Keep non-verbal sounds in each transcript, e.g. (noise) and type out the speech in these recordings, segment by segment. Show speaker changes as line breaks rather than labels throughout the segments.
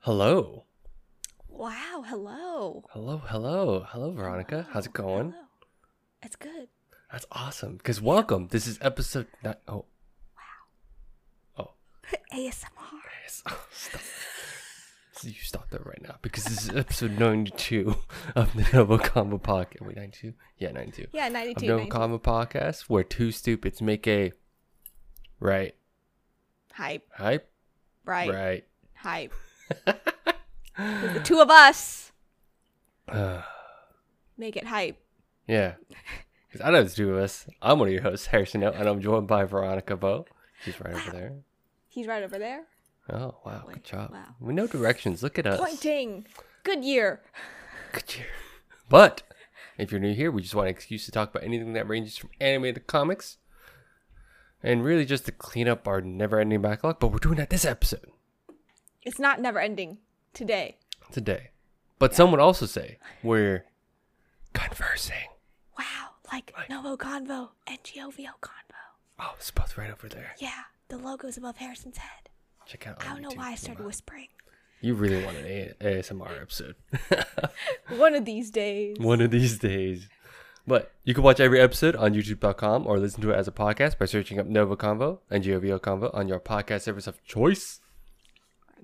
Hello.
Wow, hello.
Hello, hello. Hello, Veronica. How's it
Hello,
going?
hello. It's good. (laughs)
That's awesome. Because welcome. This is episode nine. Oh,
ASMR.
yes. (laughs) Stop. So You stop that right now because this is episode 92 of the Novo Combo Podcast. Wait, 92? Yeah, 92.
Yeah,
Of
92.
Novo Combo Podcast, where two stupids make a right
Hype,
hype,
right?
right. (laughs)
Hype. 'Cause the two of us
Uh,
make it hype.
(sighs) yeah. Because I know the two of us. I'm one of your hosts, Harrison, O, and I'm joined by Veronica Bo. She's right over there.
He's right over there.
Oh wow, good
Wait,
job.
wow.
We know directions. Look at us. (laughs)
Pointing. Good year.
Good year. But if you're new here, we just want an excuse to talk about anything that ranges from anime to comics, and really just to clean up our never-ending backlog. But we're doing that this episode
It's not never ending today.
today. But some would also say we're conversing.
Wow, like Novo Convo and Giovio Convo.
Oh, it's both right over there.
Yeah, the logo's above Harrison's head.
Check out.
I
our
don't know
YouTube
why I
channel.
started whispering.
You really want an A- ASMR episode. (laughs)
One of these days.
One of these days. But you can watch every episode on youtube.com or listen to it as a podcast by searching up Nova Convo and GOVO Convo on your podcast service of choice.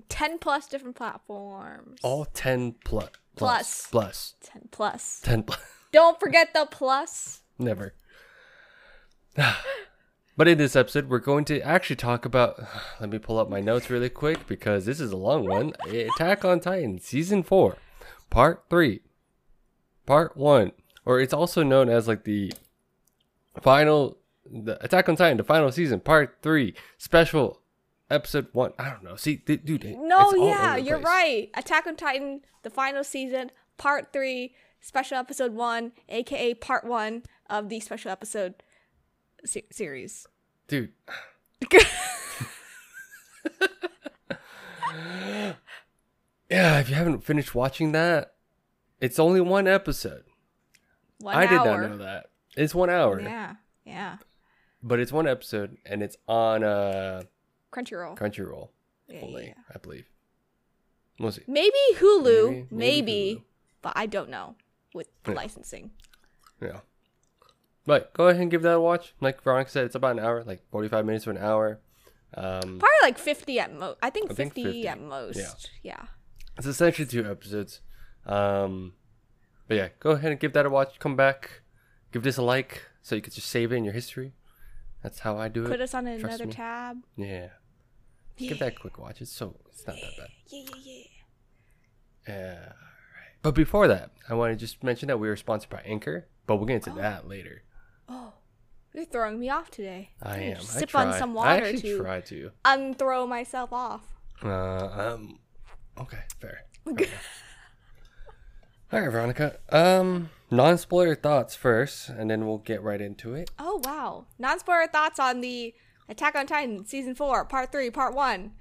10 plus different platforms.
All 10 plus.
Plus.
Plus.
10 plus.
10 plus.
Don't forget the plus.
Never. (sighs) but in this episode, we're going to actually talk about. (sighs) Let me pull up my notes really quick because this is a long one. Attack on Titan, Season 4, Part 3, Part 1. Or it's also known as like the final. The Attack on Titan, the final season, Part 3, Special Episode 1. I don't know. See, th- dude. it-
No,
it's all
yeah,
over the
you're
place.
right. Attack on Titan, the final season, part three, special episode one, aka part one of the special episode se- series.
Dude. Yeah, if you haven't finished watching that, it's only one episode.
one
I did
hour.
not know that. It's one hour,
Yeah, yeah.
but it's one episode, and it's on uh,
Crunchyroll.
Crunchyroll
Yeah, yeah,
only,
yeah.
I believe. We'll see.
Maybe Hulu,
Maybe-
maybe,
maybe Hulu.
but I don't know with the
Yeah.
licensing.
Yeah, but go ahead and give that a watch. Like Veronica said, it's about an hour, like forty-five minutes to an hour. Um,
Probably like 50 at most. I think
I
50,
think 50.
at most. Yeah.
it's essentially two episodes. Um, but yeah, go ahead and give that a watch. Come back, give this a like, so you can just save it in your history. That's how I do it.
Put us on
Trust
another
me.
tab.
Yeah. Give that a quick watch. It's so it's not that bad.
Yeah, yeah, yeah.
Yeah. all right. But before that, I want to just mention that we were sponsored by Anchor, but we'll get into that later.
Oh, you're throwing me off today.
I
Ooh,
am. I
Sip on
try.
some
I
water
actually
to
try to.
unthrow myself off.
Uh, um. Okay.
(laughs)
Fair. Fair enough. All right, Veronica. Um, non-spoiler thoughts first, and then we'll get right into it.
Oh wow! Non-spoiler thoughts on the Attack on Titan season four, part three, part one.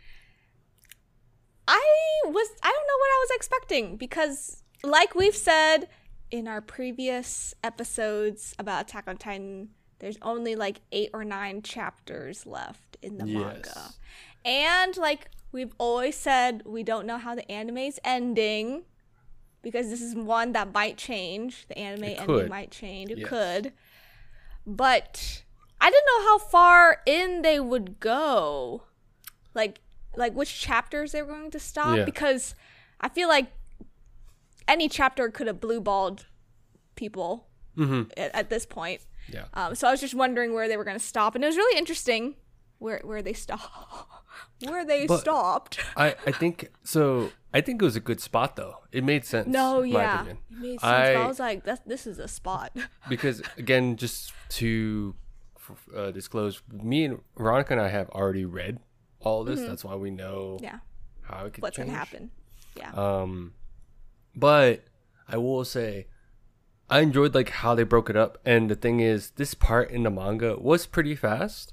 I was I don't know what I was expecting because, like we've said in our previous episodes about Attack on Titan, there's only like eight or nine chapters left in the manga,
Yes.
and like we've always said, we don't know how the anime's ending because this is one that might change. The anime
It
ending
could.
might change. It
Yes.
could. But I didn't know how far in they would go. Like like which chapters they were going to stop
Yeah.
because I feel like any chapter could have blue balled people
Mhm.
at, at this point.
Yeah.
Um, so I was just wondering where they were going to stop, and it was really interesting where where they stop, (laughs) where they
But-
stopped.
I I think so. I think it was a good spot though. It made sense.
(laughs) No,
in My
yeah,
opinion.
it made sense. but
I-
I, was like, "That's this is a spot." (laughs)
because again just to f- uh, disclose me and veronica and i have already read all this that's why we know
Mm-hmm. yeah,
how it could
what's
change.
gonna happen? Yeah,
um but i will say i enjoyed like how they broke it up and the thing is this part in the manga was pretty fast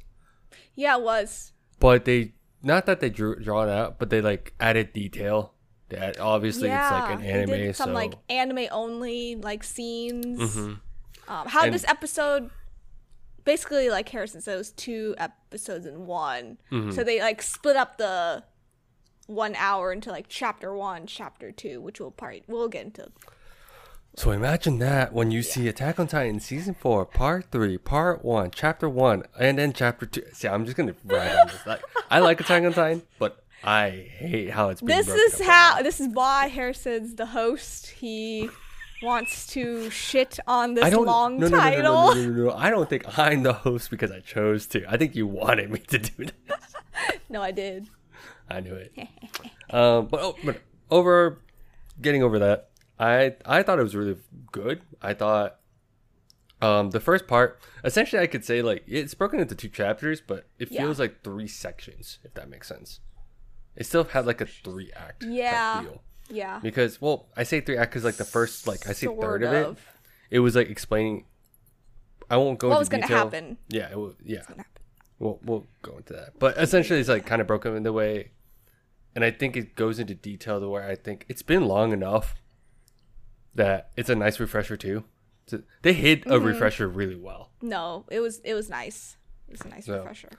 yeah, it was
but they not that they drew draw it out but they like added detail that obviously
yeah.
it's like an
they
anime
did some
so
like anime only like scenes.
Mhm.
Um, how
And-
this episode basically like
mm-hmm. Hmm.
Harrison says, two episodes in one. So they like split up the one hour into like chapter one, chapter two, which we'll probably we'll get into.
So imagine that when you see Attack on Titan season four, part three, part one, chapter one, and then chapter two. See, I'm just gonna ride on
(laughs)
this. Like, I like Attack on Titan, but I hate how it's. Being
This
broken
is
up.
how this is why Harrison's the host. He wants to shit on
I
this
don't.
long
no, no, no,
title.
No, no, no, no, no, no. I don't think I'm (laughs) the host because I chose to. I think you wanted me to do that.
(laughs) No, I did.
I knew
(laughs)
it. um, but, oh, but over getting over that, I I thought it was really good. I thought um, the first part, essentially, I could say like it's broken into two chapters, but it
Yeah.
feels like three sections, if that makes sense. It still had like a three act type
Yeah.
deal
Yeah.
because well, I say three act because like the first like I say
Sort
third of, it,
of.
it was like explaining. I won't go
What
into
was gonna
detail.
happen.
Yeah, it wa- yeah. We'll we'll go into that. But essentially, it's like kind of broken in the way, and I think it goes into detail to where I think it's been long enough that it's a nice refresher too. So they hit a refresher really well.
No, it was it was nice. It was a nice
So-
refresher.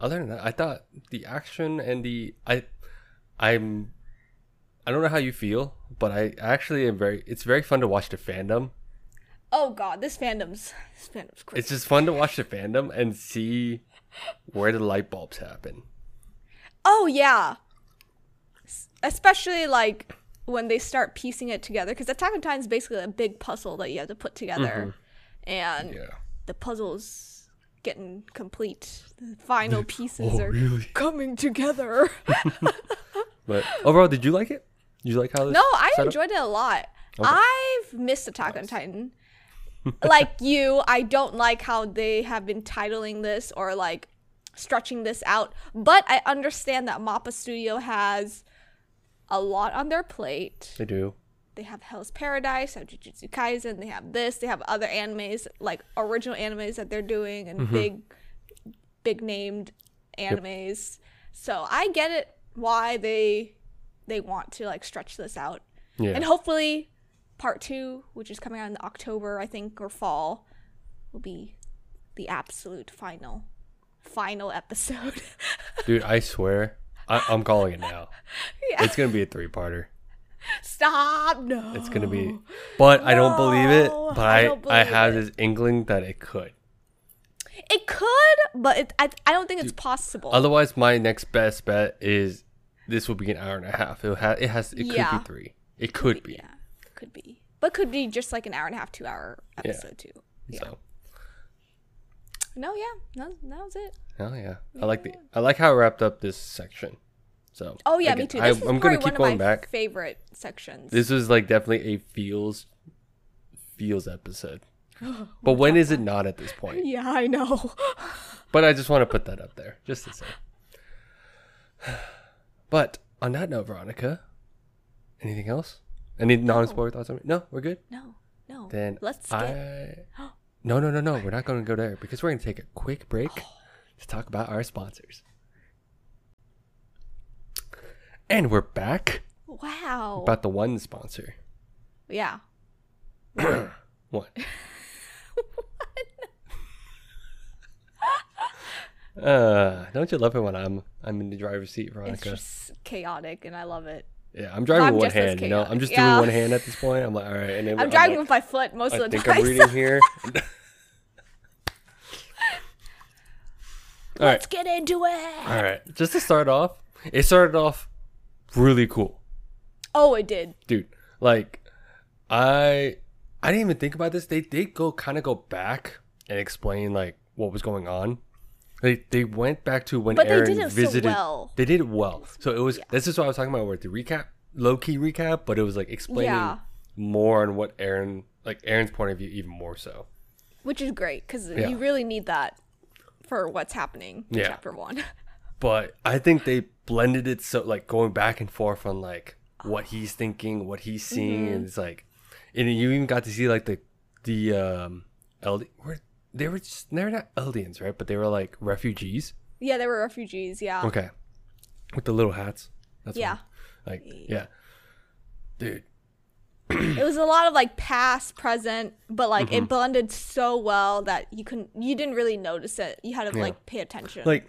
Other than that, I thought the action and the I, I'm, I don't know how you feel, but I actually am very. It's very fun to watch the fandom.
Oh god, this fandom's this fandom's crazy.
It's just fun to watch the fandom and see where the light bulbs happen.
Oh yeah. S- Especially like when they start piecing it together cuz Attack on Titan is basically a big puzzle that you have to put together.
Mm-hmm.
And
Yeah.
the puzzle's getting complete. The final pieces
(laughs) Oh,
are
really?
coming together. (laughs)
But overall, did you like it? Did you like how this?
No, I
set up-
enjoyed it a lot. I've missed Attack
(laughs)
on Titan. like you, I don't like how they have been titling this or like stretching this out, but I understand that Mappa Studio has a lot on their plate.
They do.
They have Hell's Paradise, they have Jujutsu Kaisen, they have this, they have other animes, like original animes that they're doing and
Mm-hmm.
big big named animes. So I get it why they they want to like stretch this out
Yeah.
and hopefully part two which is coming out in october i think or fall will be the absolute final final episode (laughs)
Dude, I swear, I, I'm calling it now.
Yeah.
It's gonna be a three-parter.
stop no
It's gonna
(gasps)
be, but I don't believe it.
No,
But
I
I,
don't
I,
believe
have
it.
this inkling that it could.
it could but it, I, I don't think it's possible
Otherwise, my next best bet is this will be an hour and a half. It ha- it has it
Yeah.
could be three. It could be.
yeah could be but could be just like an hour and a half two hour episode too
So,
no yeah no, that was it
hell yeah, I like the I like how it wrapped up this section. So
oh yeah me
again,
too
I,
this is
I'm
probably
gonna keep
one
going
of my
back.
favorite sections
This was like definitely a feels feels episode. But when is it not at this point?
(laughs) yeah i know (laughs)
But I just want to put that up there, just to say. (sighs) But on that note, Veronica, anything else? Any non-spoiler thoughts on me? No, we're good.
no no
Then
let's skip
I. No, no, no, no. We're not going to go there because we're going to take a quick break to talk about our sponsors. And we're back
wow
about the one sponsor.
yeah (laughs)
What? uh, don't you love it when I'm I'm in the driver's seat,
it's
Veronica?
just chaotic and I love it.
yeah, I'm driving
I'm
with one
just as
hand. You know, I'm
chaotic,
just
yeah.
doing one hand at this point. I'm like, all right, and then
I'm
like,
driving with my foot most
I
of the
think
time. (laughs)
I'm reading here. all right,
Let's get into it.
all right. Just to start off, it started off really cool.
Oh, it did.
dude like i i didn't even think about this they did go kind of go back and explain like what was going on they they went back to when
But they
aaron
did it so
visited
well.
they did it well so it was this is what i was talking about with the recap low-key recap but it was like explaining
Yeah.
more on what aaron like aaron's point of view even more so
Which is great because
Yeah.
you really need that for what's happening in
Yeah.
chapter one. (laughs)
but I think they blended it so like going back and forth on like what he's thinking, what he's
Mm-hmm.
seeing, and it's like, and you even got to see like the the um Eld- were they were just they're not Eldians right, but they were like refugees.
yeah, they were refugees. Yeah.
Okay, with the little hats. That's
Ah. Yeah.
what I'm- like yeah, dude.
It was a lot of like past, present, but like
Mm-hmm.
it blended so well that you couldn't, you didn't really notice it. You had to like pay attention.
Like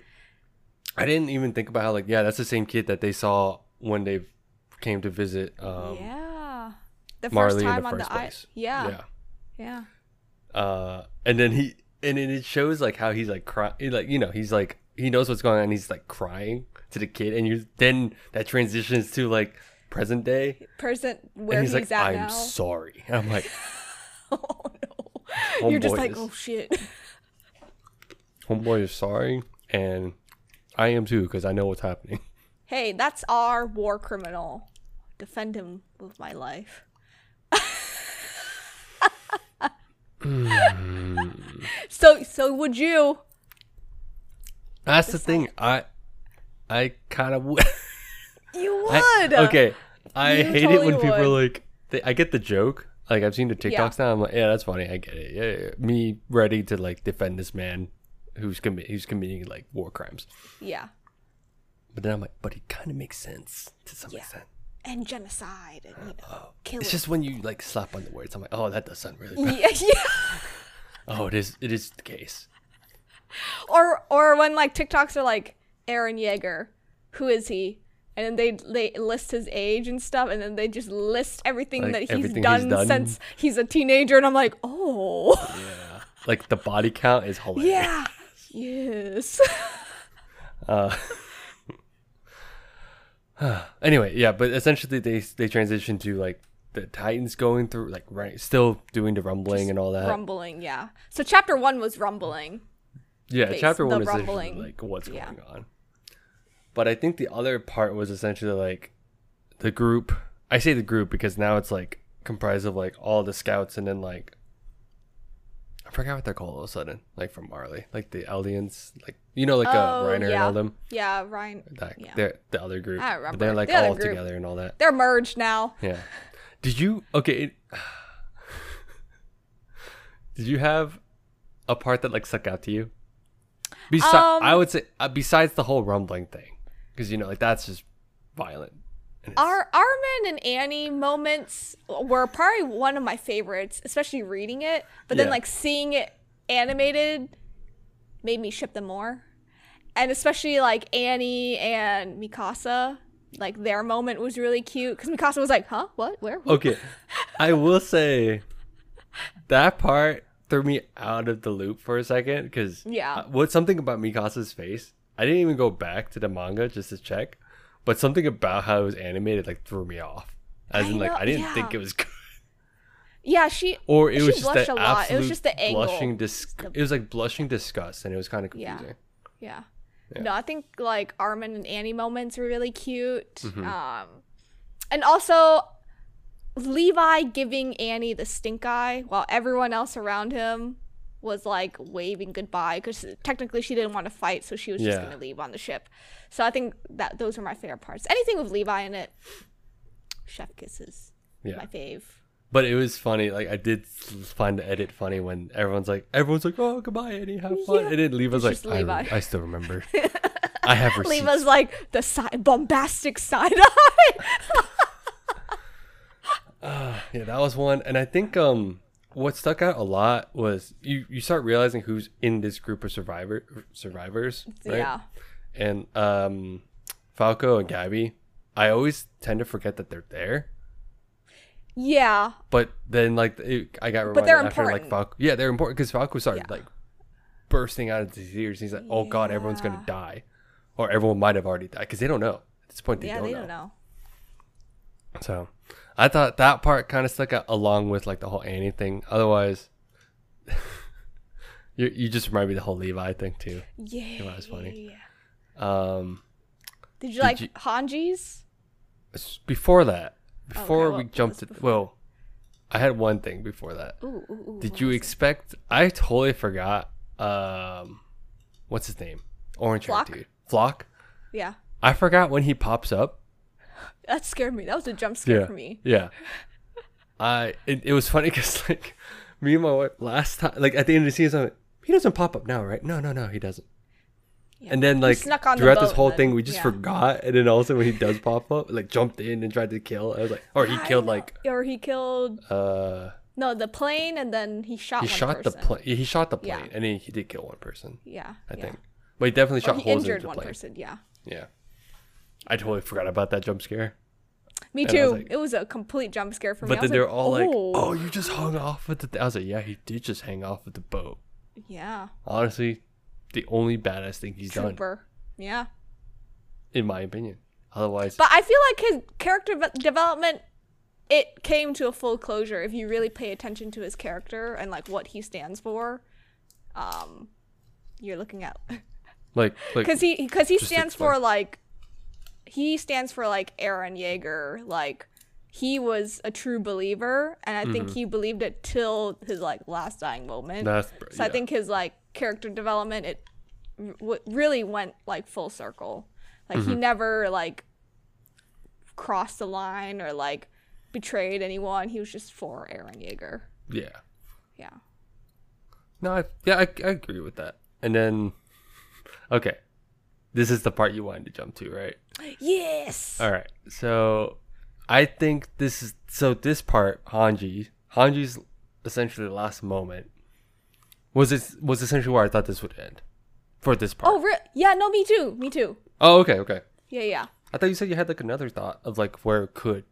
I didn't even think about how like yeah, that's the same kid that they saw when they came to visit um,
yeah. The first
Marley in
time
the
on
first
the
place.
ice. Yeah. Yeah.
yeah. Uh, and then he and then it shows like how he's like crying, like you know he's like he knows what's going on, and he's like crying to the kid, and you then that transitions to like present day,
Present where
and
he's,
he's, like
at
I'm
now.
sorry, and I'm like
(laughs) oh no. You're just
Homeboy
like,
is-
oh shit. (laughs)
homeboy is sorry, and I am too because I know what's happening.
Hey, that's our war criminal. Defend him with
(laughs)
my life. so so would you?
That's the thing, I I kind of would.
You
I-
(laughs) would.
okay, I
You
hate it
totally
when people are
would.
like, they, I get the joke. Like I've seen the TikToks
Yeah.
now. I'm like, yeah, that's funny. I get it. Yeah, yeah. me ready to like defend this man who's commit who's committing like war crimes.
Yeah.
But then I'm like, but it kind of makes sense to some extent.
And genocide and you
(gasps)
know, killing.
It's just when you like slap on the words, I'm like, oh, that does sound really. Bad.
(laughs) yeah, yeah.
Oh, it is. It is the case.
Or or when like TikToks are like Aaron Yeager, who is he? And then they they list his age and stuff, and then they just list everything
Like,
that he's,
everything he's
done
done.
since he's a teenager, and I'm like, oh, (laughs)
Like the body count is hilarious.
yeah, yes,
Uh, (sighs) Anyway, yeah, but essentially they they transition to like the Titans going through like right, still doing the rumbling and all (laughs) that.
rumbling, yeah. So chapter one was rumbling,
Yeah,
face,
chapter
the
one is essentially,
rumbling.
like what's
Yeah.
going on. But I think the other part was essentially like the group. I say the group because now it's like comprised of like all the scouts and then like I forgot what they're called all of a sudden, like from Marley, like the aliens, like you know, like uh,
Oh,
Reiner and
yeah.
all them,
yeah. Ryan,
that
Yeah.
they're the other group.
I
But
remember
they're
it.
like
The other
all
group.
together and all that.
they're merged now.
Yeah. Did you okay? It, did you have a part that like stuck out to you? Besi-
Um,
I would say uh, besides the whole rumbling thing, because you know like that's just violent. And it's-
Our Armin and Annie moments were probably one of my favorites, especially reading it. But then
Yeah.
like seeing it animated made me ship them more. And especially like Annie and Mikasa, like their moment was really cute because Mikasa was like, "Huh? What? Where?" Who?" (laughs)
okay, I will say that part threw me out of the loop for a second because
Yeah.
what something about Mikasa's face? I didn't even go back to the manga just to check, but something about how it was animated like threw me off. As
I
in, like
know-
I didn't
yeah.
think it was good.
Yeah, she.
or it
She
was just
blushed
that
a lot.
absolute
It was just the angle.
blushing dis-
The-
it was like blushing disgust and it was kind of
Yeah.
confusing
Yeah.
Yeah.
No, I think like Armin and Annie moments are really cute.
Mm-hmm.
Um, and also Levi giving Annie the stink eye while everyone else around him was like waving goodbye because technically she didn't want to fight, so she was just
Yeah.
gonna leave on the ship. So I think that those are my favorite parts. Anything with Levi in it, chef kisses,
yeah,
my fave.
but it was funny like i did s- find the edit funny when everyone's like everyone's like oh goodbye eddie have fun
Yeah.
and then levi's
It's
like
just
I,
Levi.
rem- I still
(laughs)
remember i have receipts
Levi's like the si- bombastic side (laughs) eye.
(laughs) yeah that was one and i think um what stuck out a lot was you you start realizing who's in this group of survivor survivors right?
Yeah,
and um falco and gabby i always tend to forget that they're there
yeah.
But then, like, it, I got reminded
they're
after, like,
important.
Falco. Yeah, they're important because Falco started,
Yeah.
like, bursting out into tears. He's like, oh, God, everyone's going to die. Or everyone might have already died because they don't know. At this point, they,
yeah,
don't,
they
know.
don't know.
So I thought that part kind of stuck out along with, like, the whole Annie thing. Otherwise, (laughs) you, you just remind me of the whole Levi thing, too.
Yeah,
that was funny.
yeah.
Um,
Did you like
you-
Hanji's?
s- before that, before
well,
we
Oh, what
jumped,
was
to, well, I had one thing before that.
Ooh, ooh, ooh.
Did you expect? I totally forgot. Um, what's his name? Orange hair
Flock?
dude. Flock.
Yeah,
I forgot when he pops up.
that scared me. That was a jump scare for me.
Yeah. (laughs) I. It, it was funny because like me and my wife last time, like at the end of the season, I'm like, he doesn't pop up now, right? No, no, no, he doesn't. And then like
snuck on the
throughout this
boat
whole
then,
thing, we just
yeah.
forgot. And then also when he does pop up, like jumped in and tried to kill. I was like, or he
I
killed
know.
like
or he killed
uh
no the plane, and then he shot.
he
one
shot the
person.
plane. He shot the
Yeah.
plane, and he, he did kill one person.
Yeah,
I
yeah.
think. But he definitely
Or
shot
he
holes
injured
into
one
plane.
person. Yeah.
Yeah. I totally forgot about that jump scare.
Me
And I was
too.
like-
it was a complete jump scare for me.
But
I
then
was
they're all like,
"Oh."
"Oh, you just hung off with the." Th-. I was like, "Yeah, he did just hang off with the boat."
yeah,
Honestly, the only badass thing he's done,
trooper. Yeah.
in my opinion. Otherwise,
But I feel like his character v- development it came to a full closure if you really pay attention to his character and like what he stands for. Um you're looking at
like, like
cuz he cuz he
Just
stands for like he stands for like Aaron Yeager, like he was a true believer and I
Mm-hmm.
think he believed it till his like last dying moment.
that's,
So I think his like character development it r- w- really went like full circle. Like
Mm-hmm.
he never like crossed the line or like betrayed anyone. He was just for Aaron Yeager.
yeah.
Yeah.
No, I, yeah, I, I agree with that. And then, okay, this is the part you wanted to jump to, right?
Yes.
All right. So, I think this is so. This part, Hanji, Hanji's essentially the last moment was it was essentially where I thought this would end for this part.
Oh, re- yeah. No, me too. Me too.
oh okay, okay.
Yeah, yeah.
I thought you said you had like another thought of like where it could.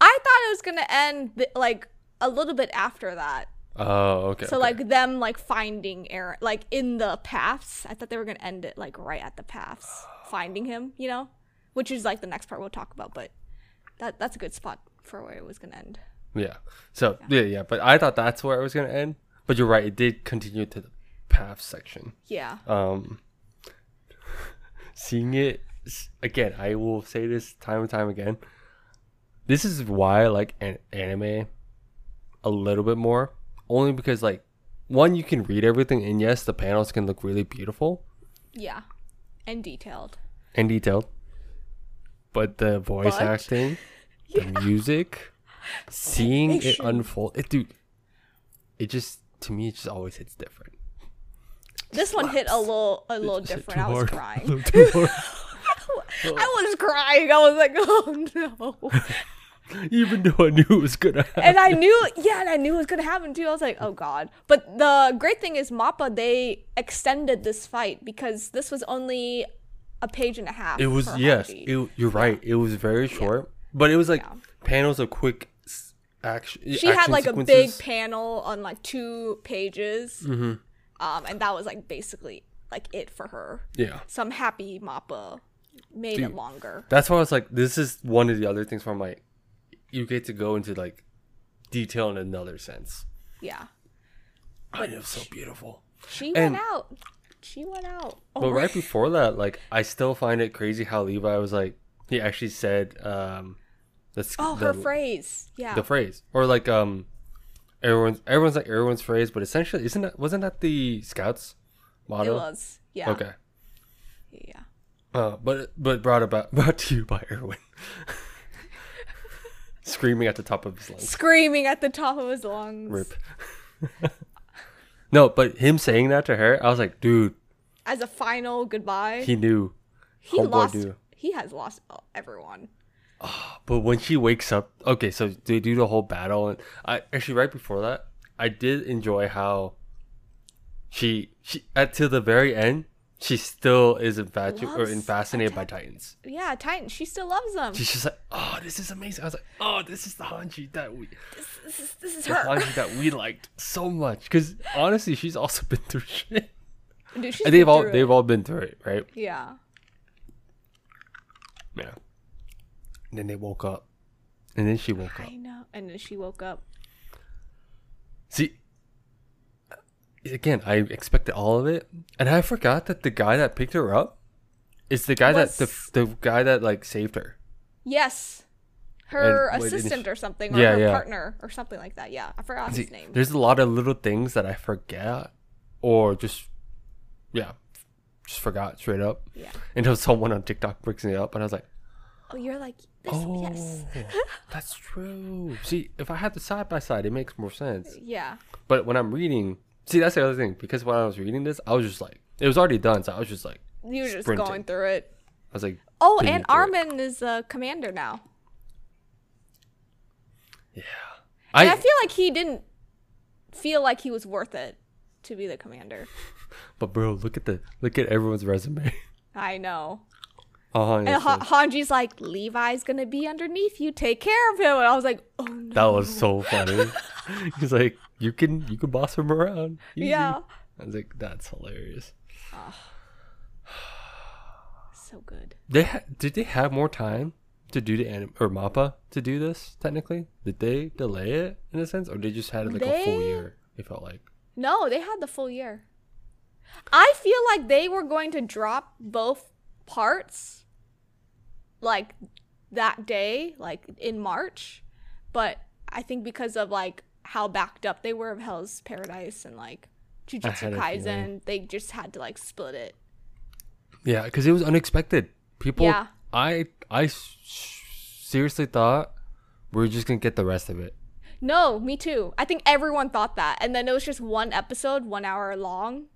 I thought it was gonna end th- like a little bit after that.
Oh, okay.
So
okay.
like them like finding Aaron like in the paths. I thought they were gonna end it like right at the paths, finding him. You know, which is like the next part we'll talk about. But that that's a good spot for where it was gonna end.
yeah. So yeah. yeah, But I thought that's where it was gonna end. But you're right. It did continue to the path section.
Yeah.
Um, seeing it s- again, I will say this time and time again. This is why I like an- anime a little bit more, only because like one, you can read everything, and yes, the panels can look really beautiful
Yeah. And detailed.
and detailed, but the voice
But- (laughs)
acting, the music, seeing it
Animation.
unfold, it dude, it just to me it just always hits different.
This one hit a little a little
Just hit
different. I
too
was
hard. (laughs)
crying.
Little too hard.
I was crying. I was like, (laughs) oh no.
Even though I knew it was
(laughs)
gonna happen.
and I knew, yeah, and I knew it was gonna happen too. I was like, oh god. But the great thing is, Mappa they extended this fight because this was only a page and a half.
It was
for
yes.
Haji.
It, you're right. It was very short, but it was like
Yeah.
panels of quick s- action.
she had like a big panel on like two pages,
Mm-hmm.
um, and that was like basically like it for her.
yeah.
So I'm happy Mappa made
Dude.
it longer.
That's why I was like, this is one of the other things where I'm like, you get to go into like detail in another sense.
Yeah,
Oh, it was so beautiful.
she
And-
went out. She went out. Oh,
But right before that, like, I still find it crazy how Levi was like, he actually said, um, the, s-
oh,
the,
her phrase. Yeah.
the phrase or like um everyone's everyone's like everyone's phrase but essentially isn't that wasn't that the scouts
it
motto
was. Yeah.
okay
Yeah.
uh, but but brought about (laughs) brought to you by erwin (laughs) screaming at the top of his lungs
Screaming at the top of his lungs.
rip (laughs) no but him saying that to her i was like dude
as a final goodbye. He,
he oh knew homeboy
lost.
knew.
He has lost everyone.
But when she wakes up, okay, so they do the whole battle, and I actually right before that, I did enjoy how she she at to the very end, she still is infatuated or
Loves
in fascinated by Titans.
Yeah, Titan. She still loves them.
She's just like, oh, this is amazing. I was like, oh, this is the Hanji that we
This is, this is
the (laughs)
her.
Hanji that we liked so much. Because honestly, she's also been through (laughs) shit.
Dude, she's
And they've
been
all
through
they've
it.
all been through it, right?
Yeah.
Yeah. And then they woke up, and then she woke up.
I know. And then she woke up.
See, again, I expected all of it, and I forgot that the guy that picked her up is the guy that
Was-
the the guy that like saved her.
Yes. Her
And- wait, didn't
assistant
she-
or something, or
Yeah,
her
yeah.
partner or something like that. Yeah, I forgot
See,
his name.
there's a lot of little things that I forget, or just yeah, just forgot straight up
Yeah.
until someone on TikTok brings me up, and I was like,
Oh, you're like this.
oh,
Yes. (laughs)
that's true. See, if I had the side by side, it makes more sense.
Yeah.
But when I'm reading, see, that's the other thing because when I was reading this, I was just like, it was already done, so I was just like, I
You were just
Sprinting.
going through it.
was like,
Oh,
Being
and
through it.
Armin is a commander now.
I,
And I feel like he didn't feel like he was worth it to be the commander.
But bro, look at the look at everyone's resume. (laughs) Uh-huh,
I know.
Honestly,
And Han- Hanji's like, Levi's gonna be underneath you. Take care of him. And I was like, oh no.
that was so
(laughs)
funny. He's like, you can you can boss him around. Easy."
Yeah.
I was like, that's hilarious.
So good.
They ha- did they have more time to do the anim- or Mappa to do this technically? Did they delay it in a sense, or they just had like a full
They-
year? It felt like.
No, they had the full year. I feel like they were going to drop both parts like that day, like in March, but I think because of like how backed up they were of Hell's Paradise and like
had
Jujutsu
a feeling.
Kaisen, they just had to like split it.
Yeah, because it was unexpected. People,
Yeah.
I I s- seriously thought we are just gonna get the rest of it.
No, me too. I think everyone thought that. And then it was just one episode, one hour long.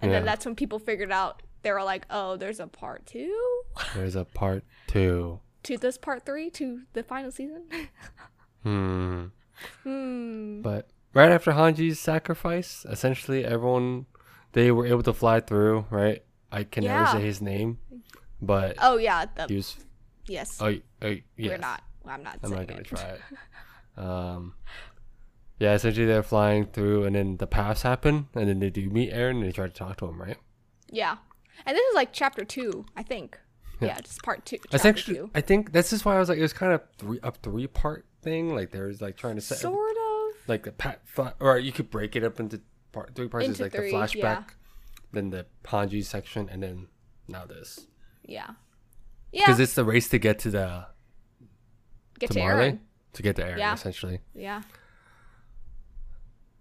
And then
Yeah.
that's when people figured out they were like, oh, there's a part two
There's a part two.
to this part three to the final season. (laughs)
Hmm.
hmm.
But right after Hanji's sacrifice, essentially everyone they were able to fly through. Right, I can
Yeah.
never say his name, but
Oh, yeah. The,
he was.
yes.
Oh, oh yes.
We're not. Well, I'm not
I'm
saying
not gonna
it.
try it. Um, yeah, essentially they're flying through, and then the paths happen, and then they do meet Aaron, and they try to talk to him, right?
Yeah. And this is like chapter two, I think.
Yeah.
Yeah, just part two. Chapter
Essentially,
two.
I think that's just why I was like, it was kind of three a three part thing. Like there was like trying to set
Sort of.
like the pat fla- or you could break it up into part three parts. It's
Into
like
three,
the
yeah.
flashback, then the Hanji section, and then now this
Yeah.
because
Yeah.
it's the race to get to the
Get
to,
to
Marley
Aaron.
to get to Aaron.
Yeah.
Essentially,
Yeah.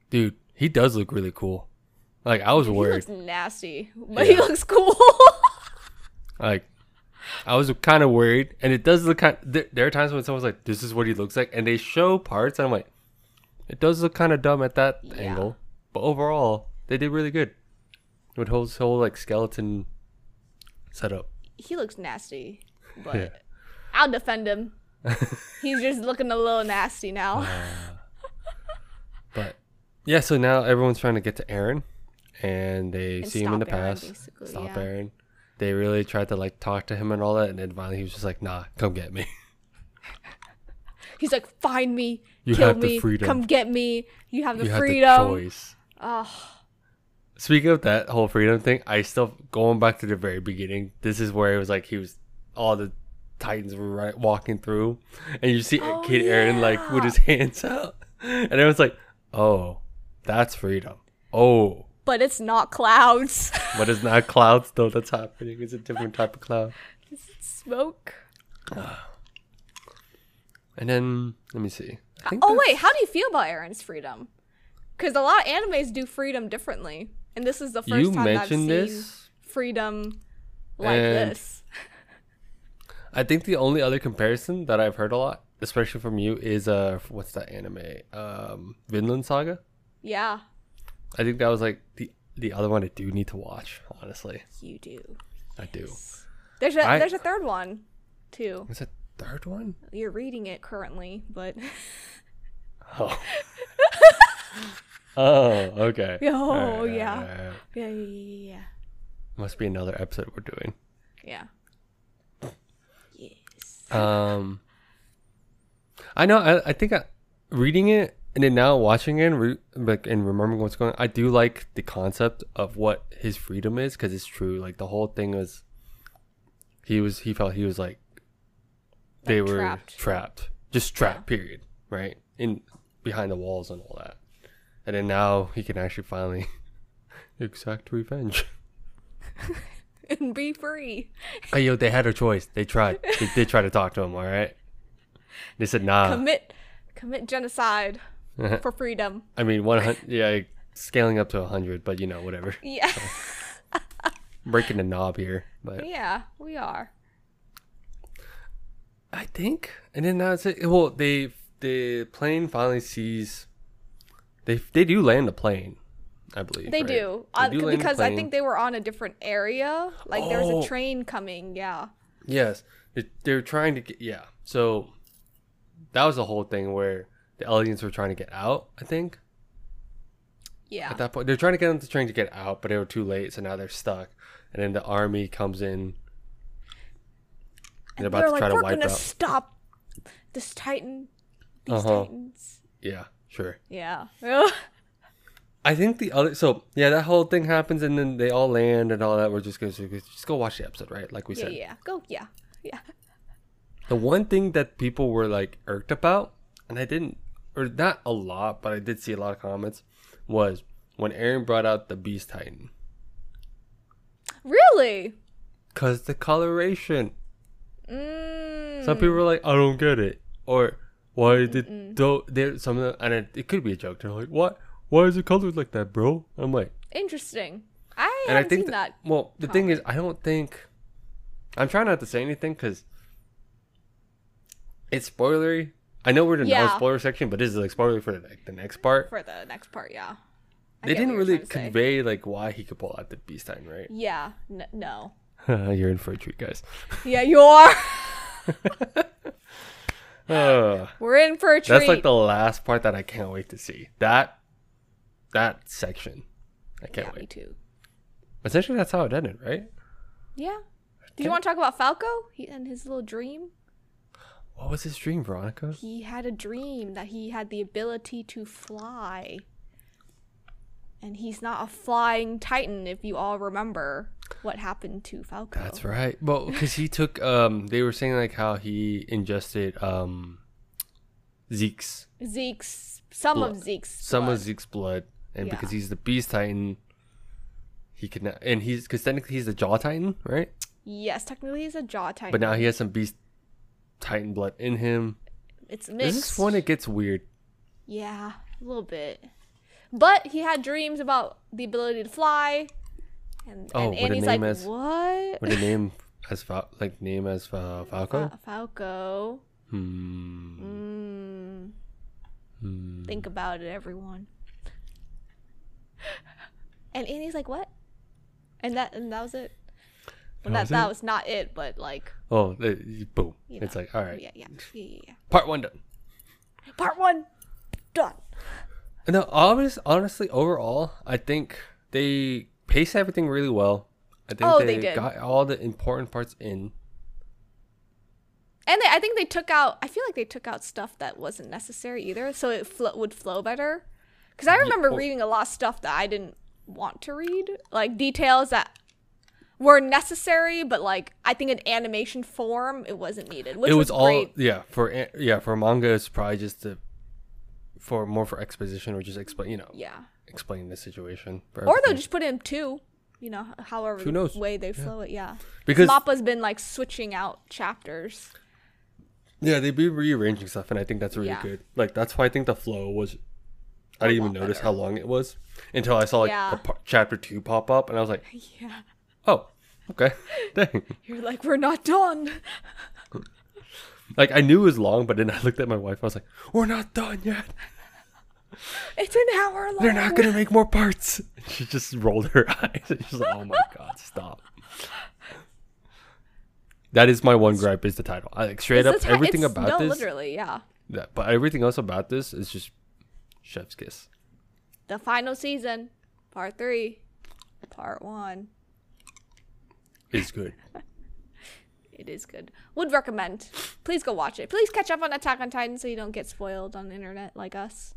dude, he does look really cool. Like I was
He
worried.
looks nasty, but he
Yeah.
looks cool. (laughs)
Like, I was kind of worried, and it does look kind. there, there are times when someone's like, "This is what he looks like," and they show parts, and I'm like, "It does look kind of dumb at that
Yeah.
angle," but overall, they did really good with whole his whole like skeleton setup.
he looks nasty, but
Yeah.
I'll
(laughs)
defend him. He's just looking a little nasty now.
But yeah, so now everyone's trying to get to Aaron, and they
And
see him in the
stop Aaron,
past.
basically,
Stop
yeah.
Aaron. They really tried to like talk to him and all that, and then finally he was just like, "Nah, come get me." (laughs)
He's like, "Find me,
You
kill
have the
me,
freedom.
come get me. You have the
you
freedom."
have the choice. Speaking of that whole freedom thing, I still going back to the very beginning. This is where it was like he was all the titans were right, walking through, and you see
Oh,
Kid Aaron like with
yeah.
his hands (laughs) out, and it was like, oh, that's freedom. Oh,
but it's not clouds. (laughs)
but it's not clouds though. That's happening. It's a different type of cloud.
Smoke.
And then let me see. I think
Oh
that's-
wait, how do you feel about Aaron's freedom? Because a lot of animes do freedom differently, and this is the first
you
time I've seen
mentioned this.
freedom like
And-
this.
I think the only other comparison that I've heard a lot, especially from you, is uh, what's that anime? Um, Vinland Saga.
Yeah,
I think that was like the the other one I do need to watch. Honestly,
you do.
I do.
There's a
I-
there's a third one, too.
Is that third one?
You're reading it currently, but (laughs)
(laughs) Oh. oh, okay.
Oh,
All all
yeah.
all right, all right.
yeah, yeah, yeah, yeah.
Must be another episode we're doing.
Yeah. Yes.
Um, I know. I I think I, reading it and then now watching it, and re, like and remembering what's going. on, I do like the concept of what his freedom is because it's true. Like the whole thing was, he was he felt he was like, they were
trapped.
trapped, just trapped. Period. Right in behind the walls and all that, and then now he can actually finally (laughs) exact revenge.
(laughs) And be free.
Hey, yo, they had a choice. They tried. They did try to talk to him. All right. They said, "Nah."
Commit
(laughs)
commit genocide for freedom.
I mean, one hundred. Yeah, like, scaling up to hundred, but you know, whatever. (laughs)
Yeah.
Breaking the knob here, but
yeah, we are.
I think. And then that's it. Well, they the plane finally sees. They they do land the plane, I believe.
They
right?
do.
They
Uh,
do land the
because I
plane.
think they were on a different area. Like there was
Oh.
a train coming, yeah.
Yes, They- they're trying to get. Yeah, so that was the whole thing where the aliens were trying to get out. I think.
Yeah.
At that point, they're trying to get on the train to get out, but they were too late, so now they're stuck. And then the army comes in. They're about
They're
to
like,
try
we're
to wipe
gonna
out.
stop this Titan, these
Uh-huh.
Titans.
yeah, sure.
Yeah. (laughs)
I think the other so yeah that whole thing happens and then they all land and all that. We're just gonna just go watch the episode, right? Like we
yeah,
said.
yeah. Go, yeah, yeah.
The one thing that people were like irked about, and I didn't, or not a lot, but I did see a lot of comments, was when Aaron brought out the Beast Titan
Really?
because the coloration.
Mm.
Some people were like, I don't get it, or why did do there some of them, and it, it could be a joke. They're like, what? Why is it colored like that, bro? I'm like,
Interesting. I
and I
haven't
think
seen
that,
that.
well, the thing is, I don't think I'm trying not to say anything because it's spoilery. I know we're in the
Yeah.
spoiler section, but this is like spoiler for the, the next part.
for the next part. Yeah. I
they
get what
didn't
you're
really
trying to say.
convey like why he could pull out the beast time, right? (laughs)
Yeah. N- no.
You're in for a treat, guys. (sighs)
Yeah, you are. (laughs)
Ugh.
We're in for a treat.
that's like the last part that I can't wait to see. That that section, I can't
yeah, me
wait.
too.
Essentially, that's how it ended, right?
Yeah. Do you want to talk about Falco he, and his little dream?
What was his dream, Veronica?
He had a dream that he had the ability to fly. And he's not a flying titan, if you all remember what happened to Falco.
That's right. Well, because he took um, they were saying like how he ingested um, Zeke's
Zeke's some
Blood.
of Zeke's
some
blood.
of Zeke's blood, and
Yeah.
because he's the Beast Titan, he can now- and he's because technically he's the Jaw Titan, right?
Yes, technically he's a jaw titan.
But now he has some Beast Titan blood in him.
it's mixed.
This is when it gets weird.
Yeah, a little bit. But he had dreams about the ability to fly. And,
Oh,
and
with a
Annie's
name
like,
as-
what?
With a name (laughs) as Fal- like name as Fa- Falco.
(laughs) Fa- Falco.
Hmm.
Mm. Think about it, everyone. And Annie's like, what? And that and that was it.
That
Well, that,
was
that
it?
was not it, but like,
Oh, it- boom!
you know.
It's like all right,
Yeah, yeah, yeah, yeah, yeah.
part one done.
Part one, done.
No, honest, honestly, overall, I think they paced everything really well. I think
Oh,
they,
they did.
got all the important parts in.
And they, I think they took out. I feel like they took out stuff that wasn't necessary either, so it flo- would flow better. Because I remember
oh.
reading a lot of stuff that I didn't want to read, like details that were necessary, but like I think in animation form it wasn't needed. Which
it was, all
great.
yeah for an- yeah for manga. It's probably just the for more for exposition or just explain you know
yeah.
explaining the situation. for
Or they'll
everything.
just put in two, you know, however
Who knows?
way they flow it. Yeah,
because
Mappa's been like switching out chapters.
yeah they'd be rearranging stuff, and I think that's really
Yeah.
good. Like that's why I think the flow was. I didn't even
lot
notice how long it was until I saw like
Yeah.
a par- chapter two pop up, and I was like,
(laughs) Yeah,
oh, okay, (laughs) dang.
you're like we're not done. (laughs)
Like I knew it was long, but then I looked at my wife. I was like, "We're not done yet.
It's an hour long.
They're not gonna make more parts." (laughs) She just rolled her (laughs) eyes. And she's like, "Oh my god, stop." That is my one gripe is the title. I like straight
It's
up
the ti-
everything
it's-
about
no,
this,
Literally, yeah.
yeah, but everything else about this is just chef's kiss.
the final season, part three, part one.
It's good.
It is good. Would recommend. Please go watch it. Please catch up on Attack on Titan so you don't get spoiled on the internet like us.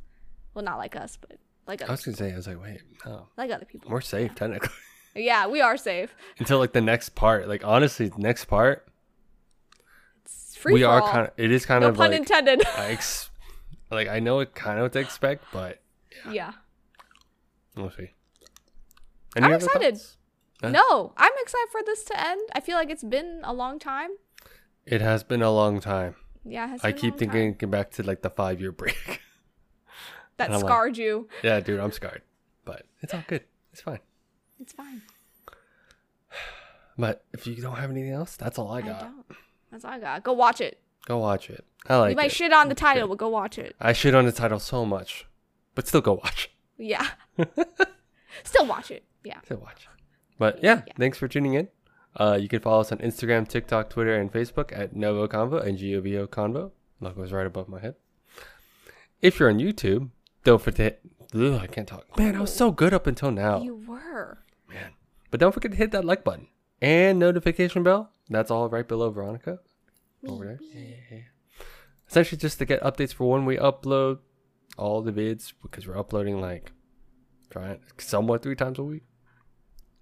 Well, not like us, but like
I
other,
was gonna say, I was like, "Wait, no,
like other people.
we're safe technically (laughs)
Yeah, we are safe.
until like the next part." Like honestly, the next part
It's free
we
for
are
all.
kind of. It is kind
no
of
pun
like (laughs)
intended.
I ex- like I know it kind of what to expect, but
yeah.
We'll see.
I'm excited.
thoughts? Huh?
No, I'm excited for this to end. I feel like it's been a long time.
It has been a long time.
Yeah, it has
I
been a
keep
long
thinking
time.
going back to like the five year break. (laughs)
that
I'm like-
scarred you.
yeah, dude, I'm scarred, but it's all good. It's fine.
It's fine.
But if you don't have anything else, that's all I
I
got.
don't. That's all I got. Go watch it.
go watch it. I like
you might
it.
shit on the title, but go watch it.
I shit on the title so much, but still go watch. (laughs)
Yeah. Still watch it. Yeah.
Still watch. But yeah, thanks for tuning in. Uh, you can follow us on Instagram, TikTok, Twitter, and Facebook at Novo Convo and Govio Convo. Logo's right above my head. If you're on YouTube, don't forget Ugh, I can't talk. Man, I was so good up until now.
You were.
But don't forget to hit that like button and notification bell. That's all right below Veronica. Over there. Yeah, yeah, yeah. Essentially, just to get updates for when we upload all the vids because we're uploading like trying somewhat three times a week.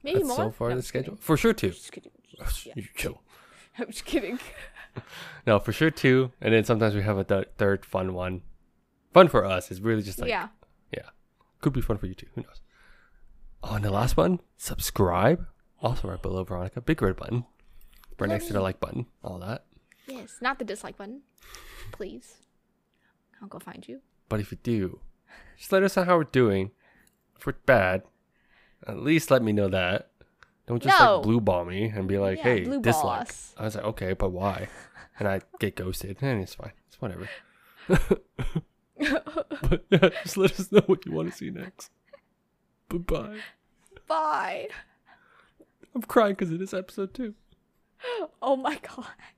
Maybe
That's
more.
so far
No,
the
just kidding.
schedule. For sure, too.
Just kidding. (laughs)
You (laughs) chill.
I'm just kidding.
No, for sure, too. And then sometimes we have a th- third fun one. Fun for us. It's really just like,
yeah.
yeah. Could be fun for you, too. Who knows? Oh, and the last one subscribe. Also, right below Veronica. Big red button. Right next to the like button. All that.
Yes. Not the dislike button. Please. I'll go find you. (laughs)
But if you do, just let us know how we're doing. If we're bad, at least let me know that. Don't just
No.
like blue ball me and be like,
Yeah,
hey,
blue ball
dislike.
us.
I was like, okay, but
(laughs)
why? And I get ghosted, and it's fine. It's whatever. but (laughs) yeah, just let us know what you want to see next. Bye bye.
Bye.
I'm crying because of this episode too.
Oh my god.